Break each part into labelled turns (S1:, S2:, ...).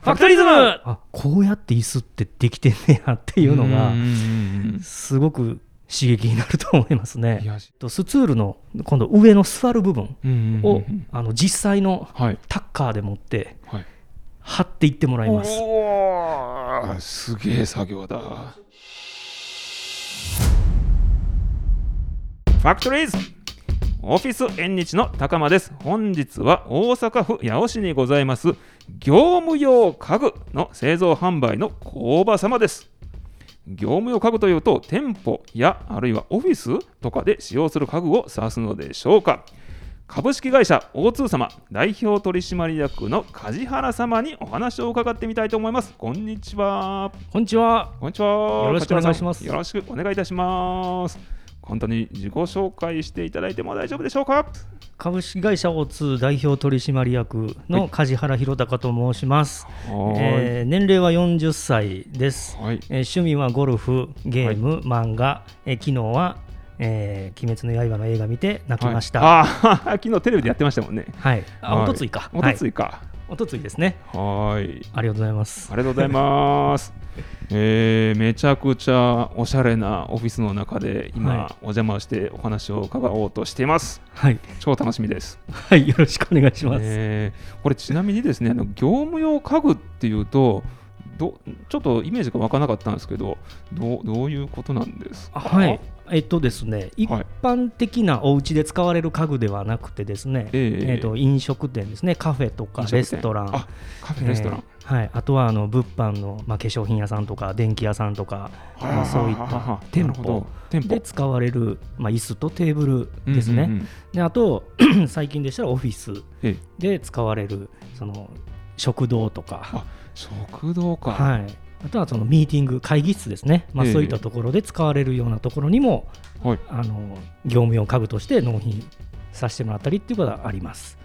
S1: ファクトリズム
S2: あこうやって椅子ってできてんねやっていうのが
S1: んうんうん
S2: すごく刺激になると思います
S1: うんい
S2: ね。
S1: やし
S2: とスツールの今度上の座る部分
S1: うんうんうん
S2: を、あの実際の
S1: はい
S2: タッカーで持って
S1: はい
S2: 貼っていってもらいます。
S1: おーすげえ作業だファクトリーズオフィス縁日の高間です本日は大阪府八尾市にございます業務用家具の製造販売の工場様です業務用家具というと店舗やあるいはオフィスとかで使用する家具を指すのでしょうか株式会社 O2 様代表取締役の梶原様にお話を伺ってみたいと思いますこんにちは
S2: こんにちは。
S1: こんにちは
S2: よろしくお願いします
S1: 梶原さんよろしくお願いいたします簡単に自己紹介していただいても大丈夫でしょうか
S2: 株式会社 O2 代表取締役の梶原弘隆と申します、
S1: はーい、
S2: えー年齢は40歳です、
S1: はい
S2: えー趣味はゴルフゲーム、漫画、えー昨日は、えー鬼滅の刃」の映画見て泣きましたはい、
S1: はいあー昨日テレビでやってましたもんね
S2: あ
S1: はい
S2: おとついか
S1: おとつ
S2: はい
S1: か
S2: おとついですね
S1: はーい
S2: ありがとうございます
S1: ありがとうございます。えーめちゃくちゃおしゃれなオフィスの中で今、
S2: はい
S1: お邪魔してお話を伺おうとしています。
S2: はい、
S1: 超楽しみです。
S2: はい、 よろしくお願いします、
S1: えーこれちなみにですね、あの業務用家具っていうとどちょっとイメージが湧かなかったんですけど、どうどういうことなんですか。
S2: はい。えっとですね、一般的なお家で使われる家具ではなくてですね、
S1: ええ
S2: えっと飲食店ですね、カフェとか
S1: 飲食店
S2: レストラン、
S1: あ、カフェレストラン。
S2: えーはい、あとはあの物販の、まあ、化粧品屋さんとか電気屋さんとか、まあ、そういっ
S1: ははは
S2: た
S1: は
S2: 店
S1: なるほど
S2: 舗
S1: 店舗
S2: で使われる、まあ、椅子とテーブルですね、
S1: うんうんうん
S2: であと 最近でしたらオフィス
S1: ええ
S2: で使われるその食堂とか、
S1: あ、食堂か。
S2: はい、あとはそのミーティング会議室ですね、まあ、
S1: ええ
S2: そういったところで使われるようなところにも、
S1: はい
S2: あの業務用家具として納品させてもらったりっていうことはあります。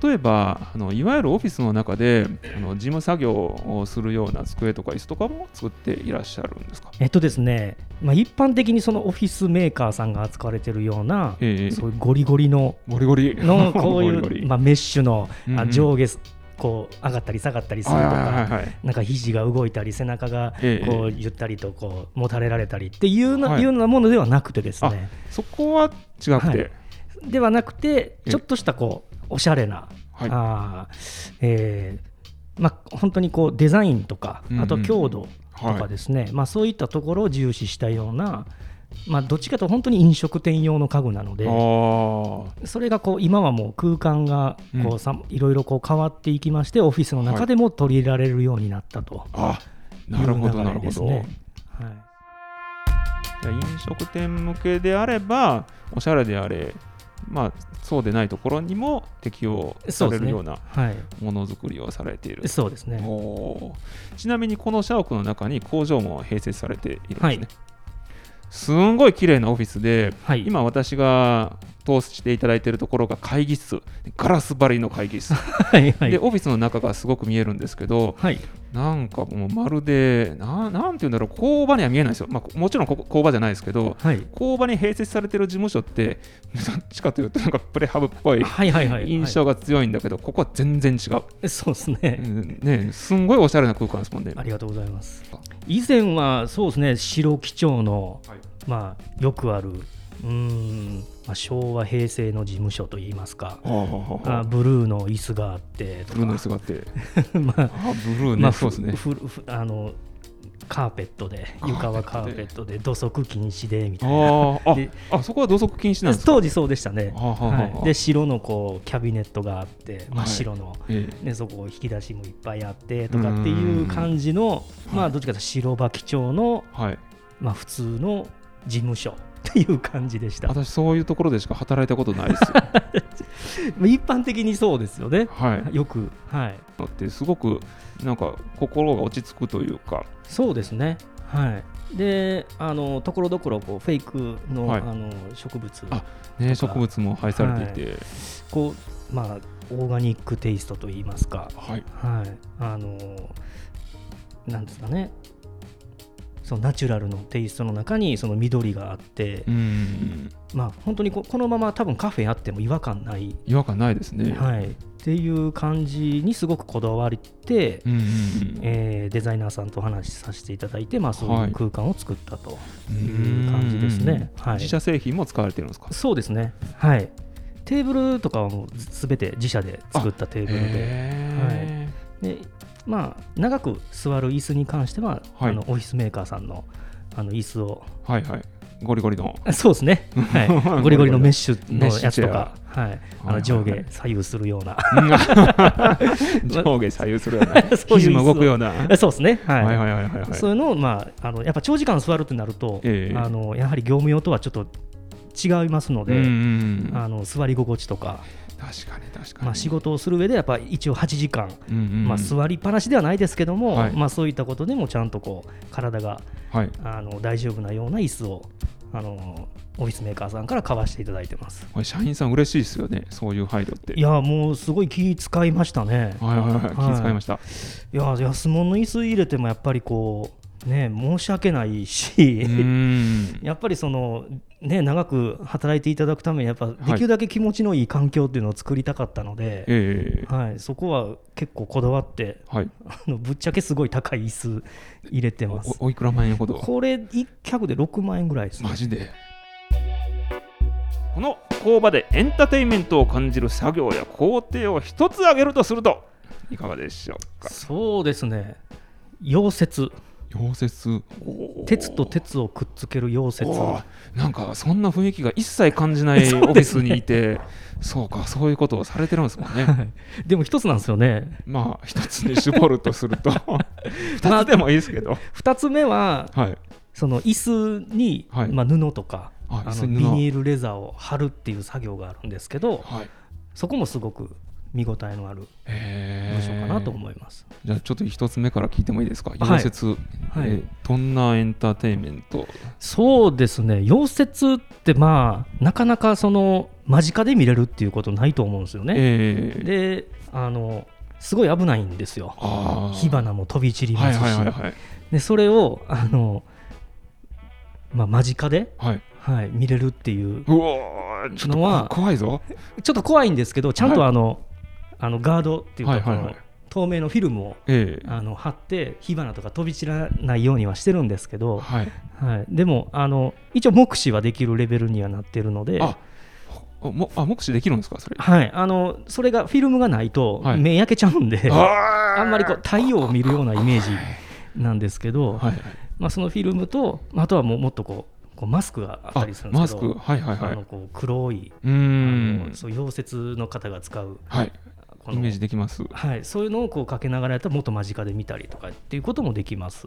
S1: 例えばあのいわゆるオフィスの中であの事務作業をするような机とか椅子とかも作っていらっしゃるんですか
S2: えっとですね、まあ、一般的にそのオフィスメーカーさんが扱われてるような、
S1: ええ
S2: そういうゴリゴ リの
S1: ゴリゴリ
S2: のこう い
S1: ゴリゴリ
S2: う、まあ、メッシュの、あ
S1: うんうん
S2: 上下こう上がったり下がったりすると
S1: はいはいはい
S2: か。
S1: はい
S2: なんか肘が動いたり背中が
S1: ええ
S2: こうゆったりとこうもたれられたりっていうな、、
S1: はいいう
S2: ようなものではなくてですね
S1: そこは違くて、
S2: ではなくて
S1: え
S2: ちょっとしたこうおしゃれな、
S1: はい
S2: あーえーまあ、本当にこうデザインとか
S1: うんうん
S2: あと強度とかですね、まあ、そういったところを重視したような、まあ、どっちかというと本当に飲食店用の家具なので。
S1: ああ
S2: それがこう今はもう空間がこ
S1: う
S2: うんさ、いろいろこう変わっていきましてオフィスの中でも取り入れられるようになったと
S1: あ
S2: いう
S1: なるほどな
S2: 流れ
S1: るほ
S2: です
S1: ど、
S2: ね。はい
S1: じゃあ飲食店向けであればおしゃれであれまあそうでないところにも適用
S2: そ
S1: さ
S2: うで
S1: れ
S2: すね
S1: るような
S2: はい、
S1: ものづくりをされている
S2: そうですね。
S1: おーちなみにこの社屋の中に工場も併設されているんですね。
S2: はい
S1: すんごい綺麗なオフィスで、
S2: はい、
S1: 今私が通していただいているところが会議室ガラス張りの会議室、
S2: はいは
S1: で
S2: い
S1: オフィスの中がすごく見えるんですけど
S2: はい
S1: なんかもうまるでななんていうんだろう工場には見えないですよ、まあ、もちろんここ工場じゃないですけど
S2: はい
S1: 工場に併設されている事務所ってどっちかというとなんかプレハブっぽい
S2: はいはいはい
S1: 印象が強いんだけど、ここは全然違う、
S2: はいそうですね
S1: う。んねすんごいおしゃれな空間ですもんね
S2: ありがとうございます
S1: あ。
S2: 以前はそうですね、白基調の、
S1: はい
S2: まあよくある、うーん、まあ昭和平成の事務所といいますか、
S1: はあはあはあ
S2: あブルーの椅子があってと
S1: ブルーの椅
S2: か、
S1: 子があって、
S2: まあ
S1: あブルーね、
S2: まあ
S1: そうですね。
S2: ふふふあのカーペットで
S1: カーペットで
S2: 床はカーペットで土足禁止でみたいな。
S1: あー
S2: で
S1: ああそこは土足禁止なんですか。
S2: 当時そうでしたね。
S1: はあはあはあ
S2: はいで白のこうキャビネットがあって真
S1: は
S2: っ
S1: い
S2: 白の。
S1: え
S2: ね、そこを引き出しもいっぱいあってとかっていう感じの、
S1: うん
S2: まあ、どっちかというと白馬基調の、
S1: えはい。
S2: まあ、普通の事務所 っていう感じでした。まあ
S1: 私そういうところでしか働いたことないです。
S2: 一般的にそうですよね。
S1: はい。
S2: よく、はい、
S1: だってすごくなんか心が落ち着くというか。
S2: そうですね。はい、で、あのところどころこうフェイクの,、
S1: はい
S2: あの植物
S1: あね
S2: とか
S1: 植物も配されていて。
S2: こう、まあ、オーガニックテイストといいますか、
S1: はい。
S2: はい、あのなんですかね、そのナチュラルのテイストの中にその緑があって、
S1: うん
S2: まあ、本当にここのまま多分カフェあっても違和感ない、
S1: 違和感ないですね。
S2: はい、っていう感じにすごくこだわって、
S1: うんうんうん
S2: えーデザイナーさんとお話しさせていただいて、まあ、そう
S1: はいいう
S2: 空間を作ったと
S1: う
S2: い
S1: ん
S2: う感じですね。はい、
S1: 自社製品も使われてるんですか
S2: そうですね、はい、テーブルとかはもうすべて自社で作ったテーブルで
S1: へ
S2: で、まあ、長く座る椅子に関しては、
S1: はい
S2: あのオフィスメーカーさんのあの椅子を
S1: ーはいはいゴリゴリの
S2: あそうですね、はい、ゴリゴリのメッシュのやつとか、はい、あ
S1: はいはいは
S2: の
S1: い
S2: 上下左右する ような、
S1: 上下左右するよう な
S2: そういう
S1: 肘も動くようなはい
S2: そう ですね、はい
S1: はいはいはいはい
S2: そういうのを、まあ、あのやっぱ長時間座るってなると、
S1: ええ
S2: あのやはり業務用とはちょっと違いますの
S1: うん
S2: で、
S1: うん
S2: あの座り心地とか、
S1: 確かに確かに
S2: まあ、仕事をする上でやっぱ一応8時間、
S1: うんうん
S2: まあ、座りっぱなしではないですけども、
S1: はい
S2: まあ、そういったことでもちゃんとこう体が
S1: はい
S2: あの大丈夫なような椅子をあのオフィスメーカーさんから買わせていただいてます。
S1: これ社員さん嬉しいですよねそういう配慮って
S2: いやもうすごい気使いましたね。
S1: はいはいはい気遣いました
S2: いや安物の椅子入れてもやっぱりこうね申し訳ないし
S1: う、ん
S2: やっぱりそのね長く働いていただくためにやっぱできるだけ気持ちのいい環境っていうのを作りたかったので、
S1: ええ
S2: はいそこは結構こだわって
S1: はい
S2: あのぶっちゃけすごい高い椅子入れてます。
S1: おおいくら万円ほど
S2: これ1脚で6万円ぐらいですね。
S1: マジでこの工場でエンターテインメントを感じる作業や工程を一つ挙げるとするといかがでしょうか
S2: そうですね。溶接
S1: 溶接
S2: 鉄と鉄をくっつける溶接
S1: おーなんかそんな雰囲気が一切感じないオフィスにいてそう,、かそういうことをされてるんですもん ね
S2: でも一つなんですよね
S1: まあ一つに絞るとす ると二つでもいいですけど、
S2: 二つ目は
S1: はい
S2: その椅子に、
S1: はい
S2: まあ、布とか
S1: あ
S2: あ
S1: 椅子
S2: のビ
S1: に布
S2: ニールレザーを貼るっていう作業があるんですけど
S1: はい
S2: そこもすごく見応えのある
S1: え
S2: 部署かなと思います、
S1: じゃあちょっと一つ目から聞いてもいいですか
S2: は
S1: 溶
S2: い
S1: 接、
S2: はい
S1: えーどんなエンターテインメント
S2: そうですね溶接ってまあなかなかその間近で見れるっていうことないと思うんですよね、
S1: えー
S2: であのすごい危ないんですよ
S1: あー
S2: 火花も飛び散り
S1: は
S2: ま
S1: い
S2: すし、
S1: はいはいはい
S2: でそれをあの、まあ、間近で、
S1: はい。
S2: はい、見れるっていう
S1: うおーちょっと
S2: のは
S1: こ怖いぞ。
S2: ちょっと怖いんですけどちゃんと
S1: はい
S2: あの、あのガードっていうか、
S1: はいはいはい
S2: この透明のフィルムを
S1: ええ
S2: あの貼って火花とか飛び散らないようにはしてるんですけど、
S1: はい。
S2: はい、でもあの一応目視はできるレベルにはなってるので。
S1: あ、ほもあ目視できるんですかそれ。
S2: はい、あのそれがフィルムがないと
S1: はい
S2: 目焼けちゃうんで、
S1: あ
S2: あんまりこう太陽を見るようなイメージ
S1: は
S2: なんですけど、
S1: い。
S2: まあ、そのフィルムとあとはもうもっとこうこうマスクがあったりするんで
S1: マ
S2: す
S1: ス
S2: け
S1: ク
S2: ど
S1: はいはいは
S2: あ
S1: い。
S2: の
S1: う
S2: こう黒い、
S1: ー
S2: あの
S1: ん。
S2: そう溶接の方が使う
S1: はい。
S2: この
S1: イメージできます。
S2: はい、そういうのをこうかけながらやったらもっと間近で見たりとかっていうこともできます。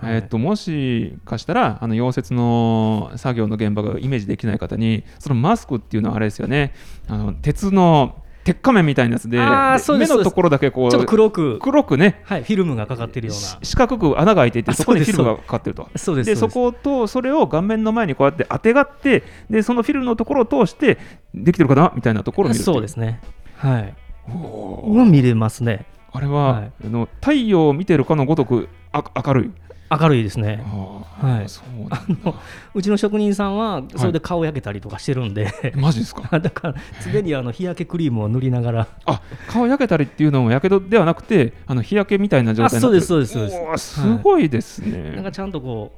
S2: はい
S1: えーっともしかしたらあの溶接の作業の現場がイメージできない方にそのマスクっていうのはあれですよねあの鉄の鉄仮面みたいなやつで
S2: あー
S1: で
S2: そうで
S1: 目
S2: す
S1: のところだけこ
S2: ちょっと
S1: う
S2: 黒く、
S1: 黒くね
S2: はい、フィルムがかかってるよう
S1: し
S2: な。
S1: 四角く穴が開いていて
S2: あ
S1: そこに
S2: そうで
S1: フ
S2: す
S1: ィルムがかかってると
S2: そうです
S1: でそことそれを顔面の前にこうやってあてがってでそのフィルムのところを通してできてるかなみたいなところを見る
S2: そうですすね。はい。
S1: おー
S2: は見れますね。
S1: あれは、
S2: はい
S1: あの太陽を見てるかのごとくあ明るい
S2: 明るいですね。
S1: あー
S2: はい
S1: そうなんだ
S2: うちの職人さんはそれで顔焼けたりとかしてるん で、
S1: マジですか
S2: だから常にあの日焼けクリームを塗りながら、
S1: あ顔焼けたりっていうのもやけどではなくてあの日焼けみたいな状
S2: あ
S1: 態に
S2: そ
S1: な
S2: う
S1: ってる
S2: ですそうですそうです。
S1: おーすごいです
S2: なん
S1: ね
S2: かちゃんとこ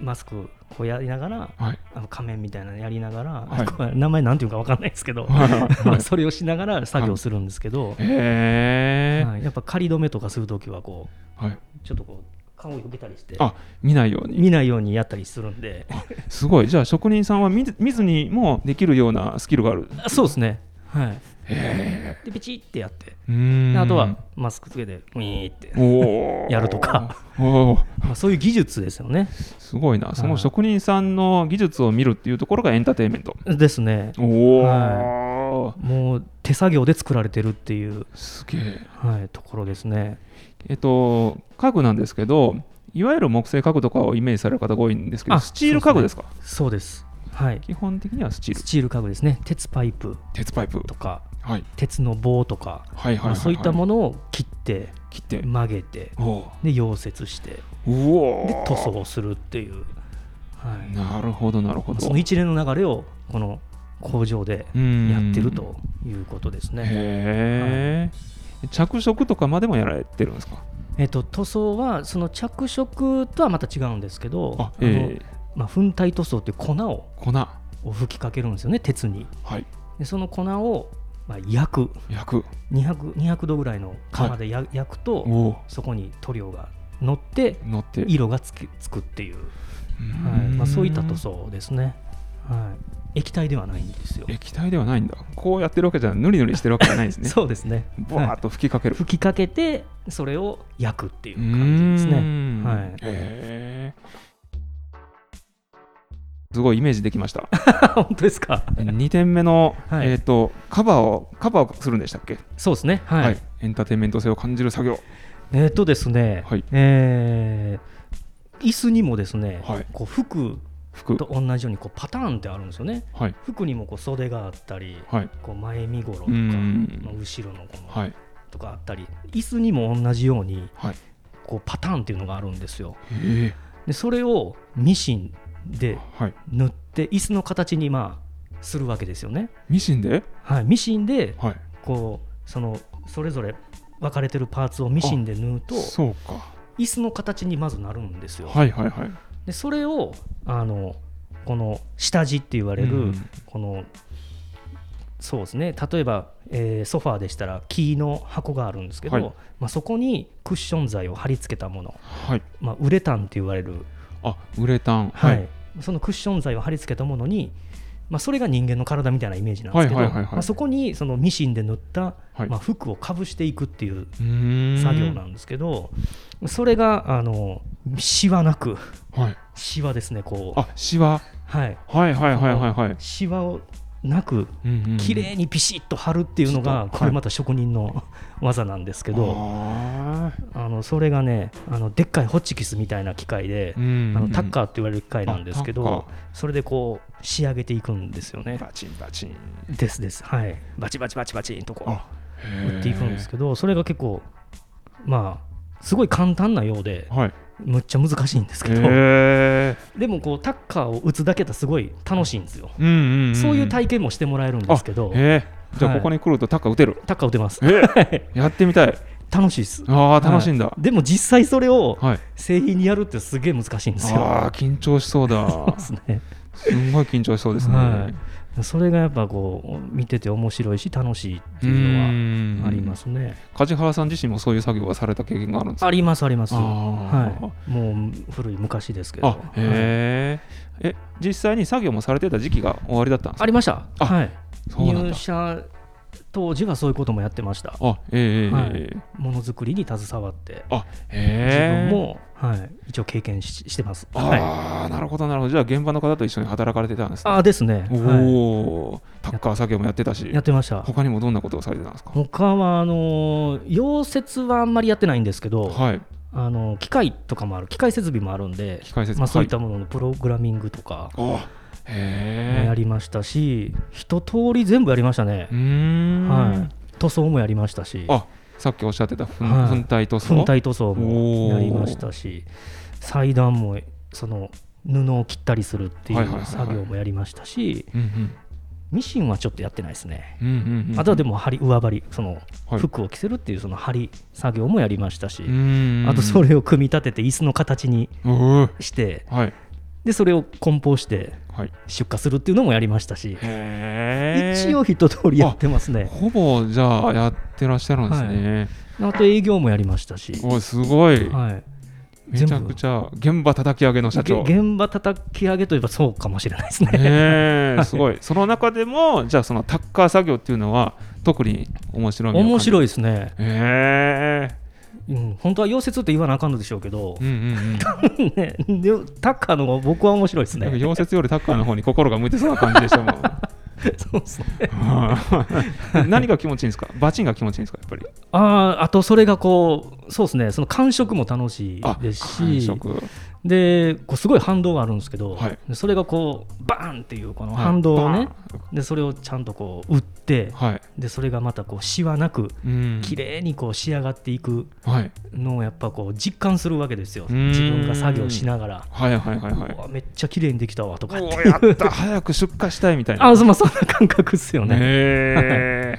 S2: うマスクこうやりながら
S1: はい
S2: あの仮面みたいなのやりながら、
S1: はい
S2: これ名前なんていうかわかんないですけど、
S1: はいはいはい
S2: それをしながら作業するんですけど、
S1: へ
S2: はい、やっぱ仮止めとかするときはこう
S1: ーはい
S2: ちょっとこう顔を避けたりして
S1: あ見ないように
S2: 見ないようにやったりするんです
S1: ごいじゃあ職人さんは見ず見ずにもできるようなスキルがある
S2: あそうですねはいでピチってやって
S1: うー
S2: で
S1: ん
S2: あとはマスクつけてウィーって、
S1: おー
S2: やるとか
S1: おー
S2: まあ、そういう技術ですよね
S1: すごいなその職人さんの技術を見るっていうところがエンターテインメント
S2: ですね
S1: おお、
S2: もう手作業で作られてるっていう、
S1: すげえ
S2: はい、ところですね
S1: えっと家具なんですけどいわゆる木製家具とかをイメージされる方が多いんですけど
S2: あ
S1: スチール家具ですか
S2: そうですはい、
S1: 基本的にはスチー
S2: ス
S1: ル
S2: チール家具ですね鉄パイプ
S1: 鉄パイプ
S2: とか
S1: はい
S2: 鉄の棒とか、
S1: はいはいはい、
S2: ま
S1: は
S2: あ、そういったものを切って
S1: 切って
S2: 曲げて
S1: おお
S2: で溶接して
S1: うおー
S2: で塗装するっていう、はい
S1: なるほどなるほ
S2: まあ、
S1: ど
S2: その一連の流れをこの工場でやってる
S1: うん
S2: ということですね。
S1: へえ、着色とかまでもやられてるんですか
S2: えっと、塗装はその着色とはまた違うんですけどあの、
S1: ええ
S2: まあ、粉体塗装っていう粉を
S1: 粉は
S2: を吹きかけるんですよね鉄に
S1: い
S2: でその粉を、まあ、焼く
S1: 焼く
S2: 200, 200度ぐらいの釜でや、焼くと
S1: おお
S2: そこに塗料が乗って
S1: 乗って
S2: 色がつきつくっていう、は
S1: う
S2: い
S1: ん
S2: まあ、そういった塗装ですね、はい、液体ではないんですよ、
S1: 液体ではないんだこうやってるわけじゃぬりぬりしてるわけじゃないんです ね
S2: そうですね
S1: ぼわーっと吹きかける、
S2: 吹きかけてそれを焼くっていう
S1: う
S2: 感じですね
S1: ん
S2: はい
S1: へーすごいイメージできま した。
S2: 本当ですか
S1: 2点目の、
S2: はい
S1: えっ、とカバーをカバーをするんでしたっけ？
S2: そうですねはい、
S1: エンターテインメント性を感じる作業。
S2: えっ、とですね、
S1: はい
S2: えー椅子にもですね、
S1: はい
S2: こう服
S1: 服。
S2: と同じようにこうパターンってあるんですよね
S1: はい
S2: 服にもこう袖があったり
S1: はい
S2: こう前身頃とか、
S1: うん
S2: まあ後ろのこの、
S1: はい
S2: とかあったり椅子にも同じように
S1: はい。
S2: こうパターンっていうのがあるんですよ
S1: え
S2: でそれをミシンで
S1: はい。
S2: 縫って椅子の形にまあするわけですよね、
S1: ミシンで？
S2: はい、ミシンで
S1: はい。
S2: こうそのそれぞれ分かれてるパーツをミシンで縫うと
S1: そうか。
S2: 椅子の形にまずなるんですよ、
S1: はいはいはい。
S2: でそれをあのこの下地って言われる、
S1: うん
S2: このそうですね例えば、えーソファーでしたら木の箱があるんですけど、
S1: はい
S2: まあ、そこにクッション材を貼り付けたもの、
S1: はい。
S2: まあ、ウレタンって言われる、
S1: あウレタン。
S2: はい。そのクッション材を貼り付けたものに、まあ、それが人間の体みたいなイメージなんですけど、
S1: はいはいはいはい
S2: まあ、そこにそのミシンで塗った、
S1: はい
S2: まあ、服をかぶしていくっていう
S1: うーん
S2: 作業なんですけど、それがあのシワなく
S1: はい。
S2: シワですねこう
S1: あシワ。
S2: はい
S1: はいはいはいはいはい。
S2: シワをなく
S1: うんうんうん
S2: 綺麗にピシッと貼るっていうの
S1: うん
S2: が
S1: ピシッと
S2: これまた職人の 技なんですけど
S1: あー
S2: あのそれがねあのでっかいホッチキスみたいな機械で
S1: う。ん
S2: あのタッカーって言われる機械なんですけ
S1: あタッ
S2: ど
S1: カ
S2: それでこう仕上げていくんですよね
S1: バチンバチン。
S2: ですですはいバチバチバチバチンとこ
S1: あ
S2: う打っていくんです
S1: け
S2: けどそれが結構まあすごい簡単なようで
S1: ど。はい。
S2: むっちゃ難しいんですけど
S1: へえ。
S2: でもこうタッカーを打つだけだすごい楽しいんですよ
S1: うんうんん。
S2: そういう
S1: イ
S2: 体験もしてもらえるんですけど
S1: へえ。じゃあ
S2: は
S1: こ
S2: い
S1: こに来るとタッカー打てる。
S2: タッカー打てます
S1: えやってみたい。
S2: 楽しいです
S1: ああ楽しいんだ
S2: は。でも実際それを
S1: はい。
S2: 製品にやるってすげえ難しいんです
S1: あ
S2: よ。
S1: あ緊張しそうだ。
S2: ですね。
S1: すんごい緊張しそうですね。
S2: はい。それがやっぱこう見てて面白いし楽しいっていうの
S1: は。
S2: はありますすね。
S1: 梶原さん自身もそういう作業はされた経験があるんですか。
S2: ありますあります。
S1: あ
S2: は
S1: ー
S2: い。もう古い昔ですけど。
S1: あへえ。え実際に作業もされてた時期が終わりだったんです
S2: あ
S1: か。
S2: りました。
S1: あ
S2: はい。
S1: そうなん
S2: 入
S1: だ。
S2: 社当時はそういうこともやってました。
S1: あええ
S2: はい
S1: ええ
S2: ものづくりに携わって。
S1: あ
S2: 自
S1: へえ。
S2: 分も、はい、一応経験ししてます。はい、
S1: ああなるほどなるほど。じゃあ現場の方と一緒に働かれてたんですね。
S2: あですね、
S1: お
S2: は
S1: おタッカー作業もやってたし
S2: い、や。ってました。
S1: 他にもどんなことをされてたんですか。
S2: 他はあの溶接はあんまりやってないんですけど、
S1: はい。
S2: あの機械とかもある機械設備もあるんで
S1: 機、械説
S2: ま
S1: 明。
S2: あ、そういったもののプログラミングとか
S1: はい。あへえ
S2: や。りましたし、一通り全部やりましたね
S1: う、ーん、
S2: はい、塗装もやりましたし
S1: あさっきおっしゃってた粉,、
S2: はい
S1: 粉体塗装
S2: 粉体塗装も
S1: おー
S2: やりましたし裁断もその布を切ったりするってい
S1: はいはいは
S2: う
S1: いはい
S2: 作業もやりましたし
S1: うん
S2: ミシンはちょっとやってないですね。
S1: うんうんうんうん
S2: あとはでも針上張りその
S1: はい
S2: 服を着せるっていうその針作業もやりましたし、
S1: うーん
S2: あとそれを組み立てて椅子の形に
S1: おー
S2: して
S1: はい
S2: でそれを梱包して
S1: はい
S2: 出荷するっていうのもやりましたし、
S1: へー
S2: 一応一通りやってますね
S1: ほぼじゃあやってらっしゃるんですね、
S2: あと営業もやりましたし、
S1: おすごい、
S2: はい、
S1: めちゃくちゃ現場叩き上げの社長
S2: げ現場叩き上げといえばそうかもしれないですね、
S1: ねえすごいその中でもじゃあそのタッカー作業っていうのは特に面白い
S2: 面
S1: い
S2: 白いですね、
S1: へえ
S2: うん、本当は溶接って言わなあかんのでしょうけど
S1: う、んうんうん
S2: ね、でタッカーの方が僕は面白いです
S1: なんか
S2: ね
S1: 溶接よりタッカーの方に心が向いてそうな感じでしたも ん
S2: そうっすね
S1: はい何が気持ちいいんですかバチンが気持ちいいんですかやっぱり
S2: あーあとそれがこうそうですねその感触も楽しいですし
S1: 感触
S2: でこうすごい反動があるんですけど、
S1: はい
S2: それがこうバーンっていうこの
S1: はい
S2: 反動をね、
S1: バ
S2: でそれをちゃんとこう打って
S1: はい
S2: でそれがまたこうシワなく
S1: うん
S2: 綺麗にこう仕上がっていく
S1: はい
S2: のをやっぱこう実感するわけですよ
S1: うーん
S2: 自分が作業しながら、
S1: はいはいはいはいう
S2: わめっちゃ綺麗にできたわとかって
S1: お
S2: いう
S1: ーやった早く出荷したいみたいな
S2: あそ,、まあ、そんな感覚っすよね
S1: へ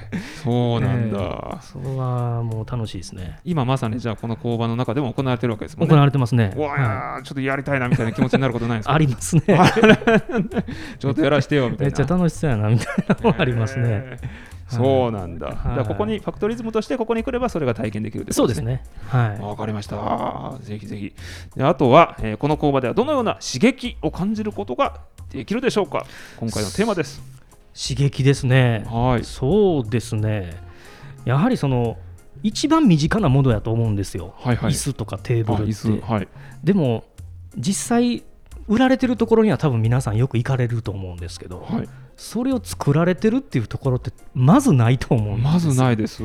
S1: え そうなんだ、
S2: それはもう楽しいですね
S1: 今まさにじゃあこの工場の中でも行われてるわけですもん
S2: 行
S1: ね
S2: われてますね
S1: うわ
S2: はい
S1: ーちょっとやりたいなみたいな気持ちになることないんですか
S2: ありますね
S1: ちょっとやらしてよみたい
S2: めっちゃ
S1: な
S2: 楽しそうやなみたいなのもありますね、
S1: へーそうなんだ、
S2: はい
S1: じゃあここにファクトリズムとしてここに来ればそれが体験できるってこ
S2: そ
S1: と
S2: うですねは
S1: わかりました。ぜひぜひ。であとは、えーこの工場ではどのような刺激を感じることができるでしょうか。今回のテーマです。
S2: い刺激ですね
S1: はい。
S2: そうですねやはりその一番身近なものやと思うんですよ、
S1: はいはい。
S2: 椅子とかテー
S1: あ
S2: ブルって
S1: 椅子はい。
S2: でも実際売られてるところには多分皆さんよく行かれると思うんですけど
S1: はい。
S2: それを作られてるっていうところってまずないと思うんです
S1: まずないです。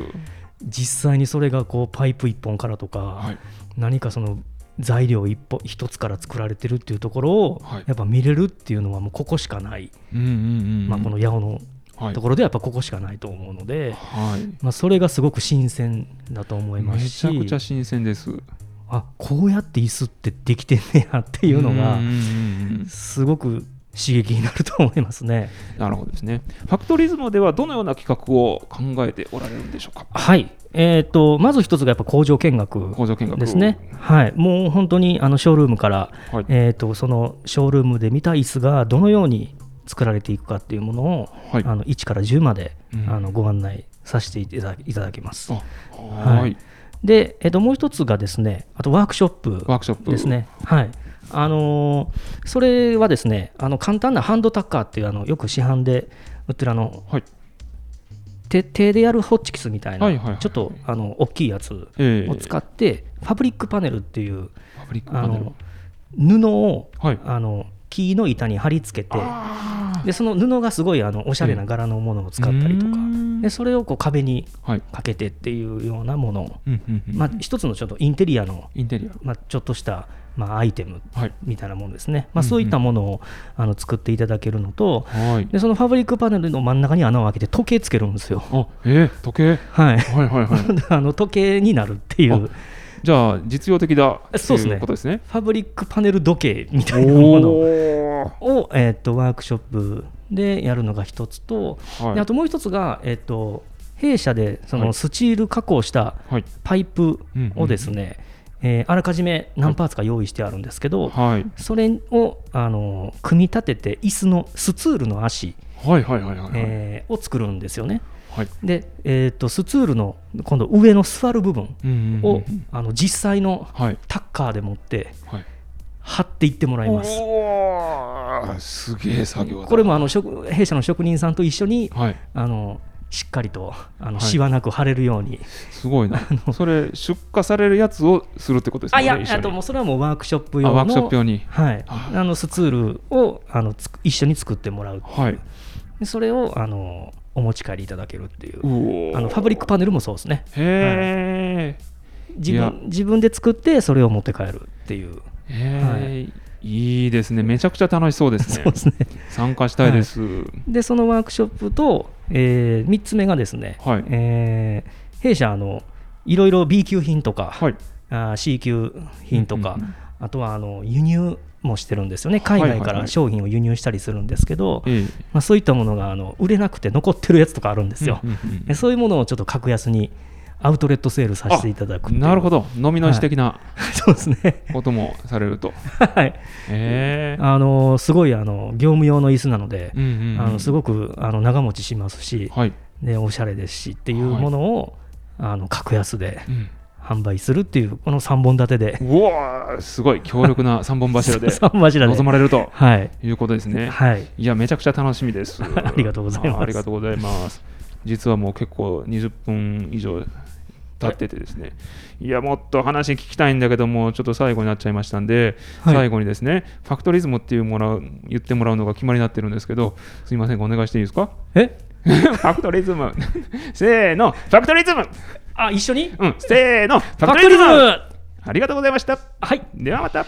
S2: 実際にそれがこうパイプ1本からとか、
S1: はい。
S2: 何かその材料一本一つから作られてるっていうところを
S1: はい
S2: やっぱ見れるっていうのはもうここしかない、
S1: うんうんうんうん。
S2: まあ、この八尾の
S1: はい
S2: と。ころではやっぱここしかないと思うので、
S1: はい。
S2: まあ、それがすごく新鮮だと思いま
S1: め
S2: す
S1: ちゃくちゃ
S2: し
S1: 新鮮です。っ
S2: あこうやって椅子ってできてんねやっていうのがすごく刺激になると思いま すね。
S1: なるほどですね。ファクトリズムではどのような企画を考えておられるんでしょうか。
S2: はい、えー、とまず一つがやっぱ工場見学
S1: 工場見学
S2: ですね。、はい、もう本当にあのショールームから
S1: はい。
S2: えー、とそのショールームで見た椅子がどのように作られていくかっていうものを、
S1: はい。
S2: あの1から10まで、
S1: うん
S2: あのご案内させていただいただきます。
S1: あはい。
S2: で、えー、ともう一つがですねあとワークショップ
S1: ワークショップ
S2: です。ね。はいあのーそれはですねあの簡単なハンドタッカーっていうあのよく市販で売ってるあの
S1: はい。
S2: 手手でやるホッチキスみたいな、
S1: はいはいはい
S2: ちょっとあの大きいやつ
S1: ええ
S2: を使って、ファブリックパネルっていう
S1: パブリック
S2: あ
S1: パネル
S2: の布を、
S1: はい
S2: あの木の板に貼り付けて
S1: あー
S2: でその布がすごいあのおしゃれな柄のものを使ったりと
S1: う
S2: か
S1: ーん
S2: でそれをこう壁に
S1: はい、
S2: かけてっていうようなもの、
S1: うんうんうん
S2: まあ、一つのちょっとインテリアの、
S1: インテリ
S2: まあ、ちょっとした、まあ、アイテム
S1: ア、はい、
S2: みたいなものですね、まあ、
S1: うんうん
S2: そういったものをあの作っていただけるのと
S1: はい、
S2: でそのファブリックパネルの真ん中に穴を開けて時計つけるんですよ。
S1: あえー、時計、
S2: はい
S1: はいはいはい、
S2: あの時計になるっていう
S1: じゃあ実用的だ
S2: そうですね
S1: ということですね。
S2: ファブリックパネル時計みたいなもの
S1: お
S2: を、えー、とワークショップでやるのが一つと、
S1: お、はい
S2: であともう一つが、えっと弊社でそ
S1: はい
S2: のスチール加工した
S1: はい
S2: パイプをですね、えーあらかじめ何パーツか用意してあるんですけど、
S1: はい
S2: それをあの組み立てて椅子のスツールの足、
S1: はいはいはいはい、
S2: えーを作るんですよね。
S1: はい、
S2: で、えっとスツールの今度上の座る部分
S1: うんうんうん
S2: を、あの実際の
S1: はい
S2: タッカーで持って
S1: はい、
S2: 貼っていってもらいます。
S1: おーすげえ作業だ。
S2: これもあの職弊社の職人さんと一緒に
S1: はい、
S2: あのしっかりとあ
S1: はい
S2: のしわなく貼れるように、
S1: すごいな。それ出荷されるやつをするってことですよ
S2: あ
S1: ね。
S2: いや
S1: 一緒に
S2: あともうそれはもうワークショップ用
S1: あ
S2: の
S1: ワークショップ用に、
S2: はい、
S1: あ
S2: あのスツールをあのつく一緒に作ってもらう
S1: はい、
S2: でそれをあのお持ち帰りいただけるっていう
S1: うおー
S2: あのファブリックパネルもそうですね
S1: へえ、
S2: 自
S1: いや
S2: 分自分で作ってそれを持って帰るっていう
S1: えーい、いですね、めちゃくちゃ楽しそうですね
S2: そう。ですね
S1: 参加したいです。
S2: でそのワークショップと、え3つ目がですね、
S1: はい
S2: えー弊社あのいろいろ B 級品とか、
S1: はい。
S2: あー C 級品とか、
S1: うんうんうん
S2: あとはあの輸入もしてるんですよね海
S1: はい
S2: 外
S1: はいは
S2: か
S1: い
S2: ら商品を輸入したりするんですけど、
S1: ええ
S2: まあ、そういったものがあの売れなくて残ってるやつとかあるんですよ、
S1: うんうんうん
S2: でそういうものをちょっと格安にアウトレットセールさせていただくっていう
S1: なるほど、飲みの市的な
S2: そうですね
S1: こともされると。
S2: はい
S1: ええ
S2: あのすごいあの業務用の椅子なので、
S1: うんうんうん
S2: あのすごくあの長持ちしますし、
S1: はい。
S2: でおしゃれですしっていうものを、あの格安で
S1: うん
S2: 販売するっていうこの3本立てで
S1: うわーすごい強力な三本柱で
S2: 三柱で
S1: 望まれると
S2: はい、
S1: いうことですね。
S2: はい、
S1: いや、めちゃくちゃ楽しみです。
S2: ありがとうございます
S1: ありがとうございます。実はもう結構20分以上経っててですね、いや、もっと話聞きたいんだけども、ちょっと最後になっちゃいましたんで、
S2: はい
S1: 最後にですね、ファクトリズムっていうもらう言ってもらうのが決まりになってるんですけど、すいません、お願いしていいですか
S2: え
S1: ファクトリズム せーの、ファクトリズム
S2: あ一緒に
S1: うん、せーの、フ
S2: フ
S1: ァ
S2: ァ
S1: ク
S2: ク
S1: ト
S2: ト
S1: リ
S2: リ
S1: ズ
S2: ズ
S1: ム
S2: ム
S1: ありがとうございました。
S2: はい
S1: ではまた。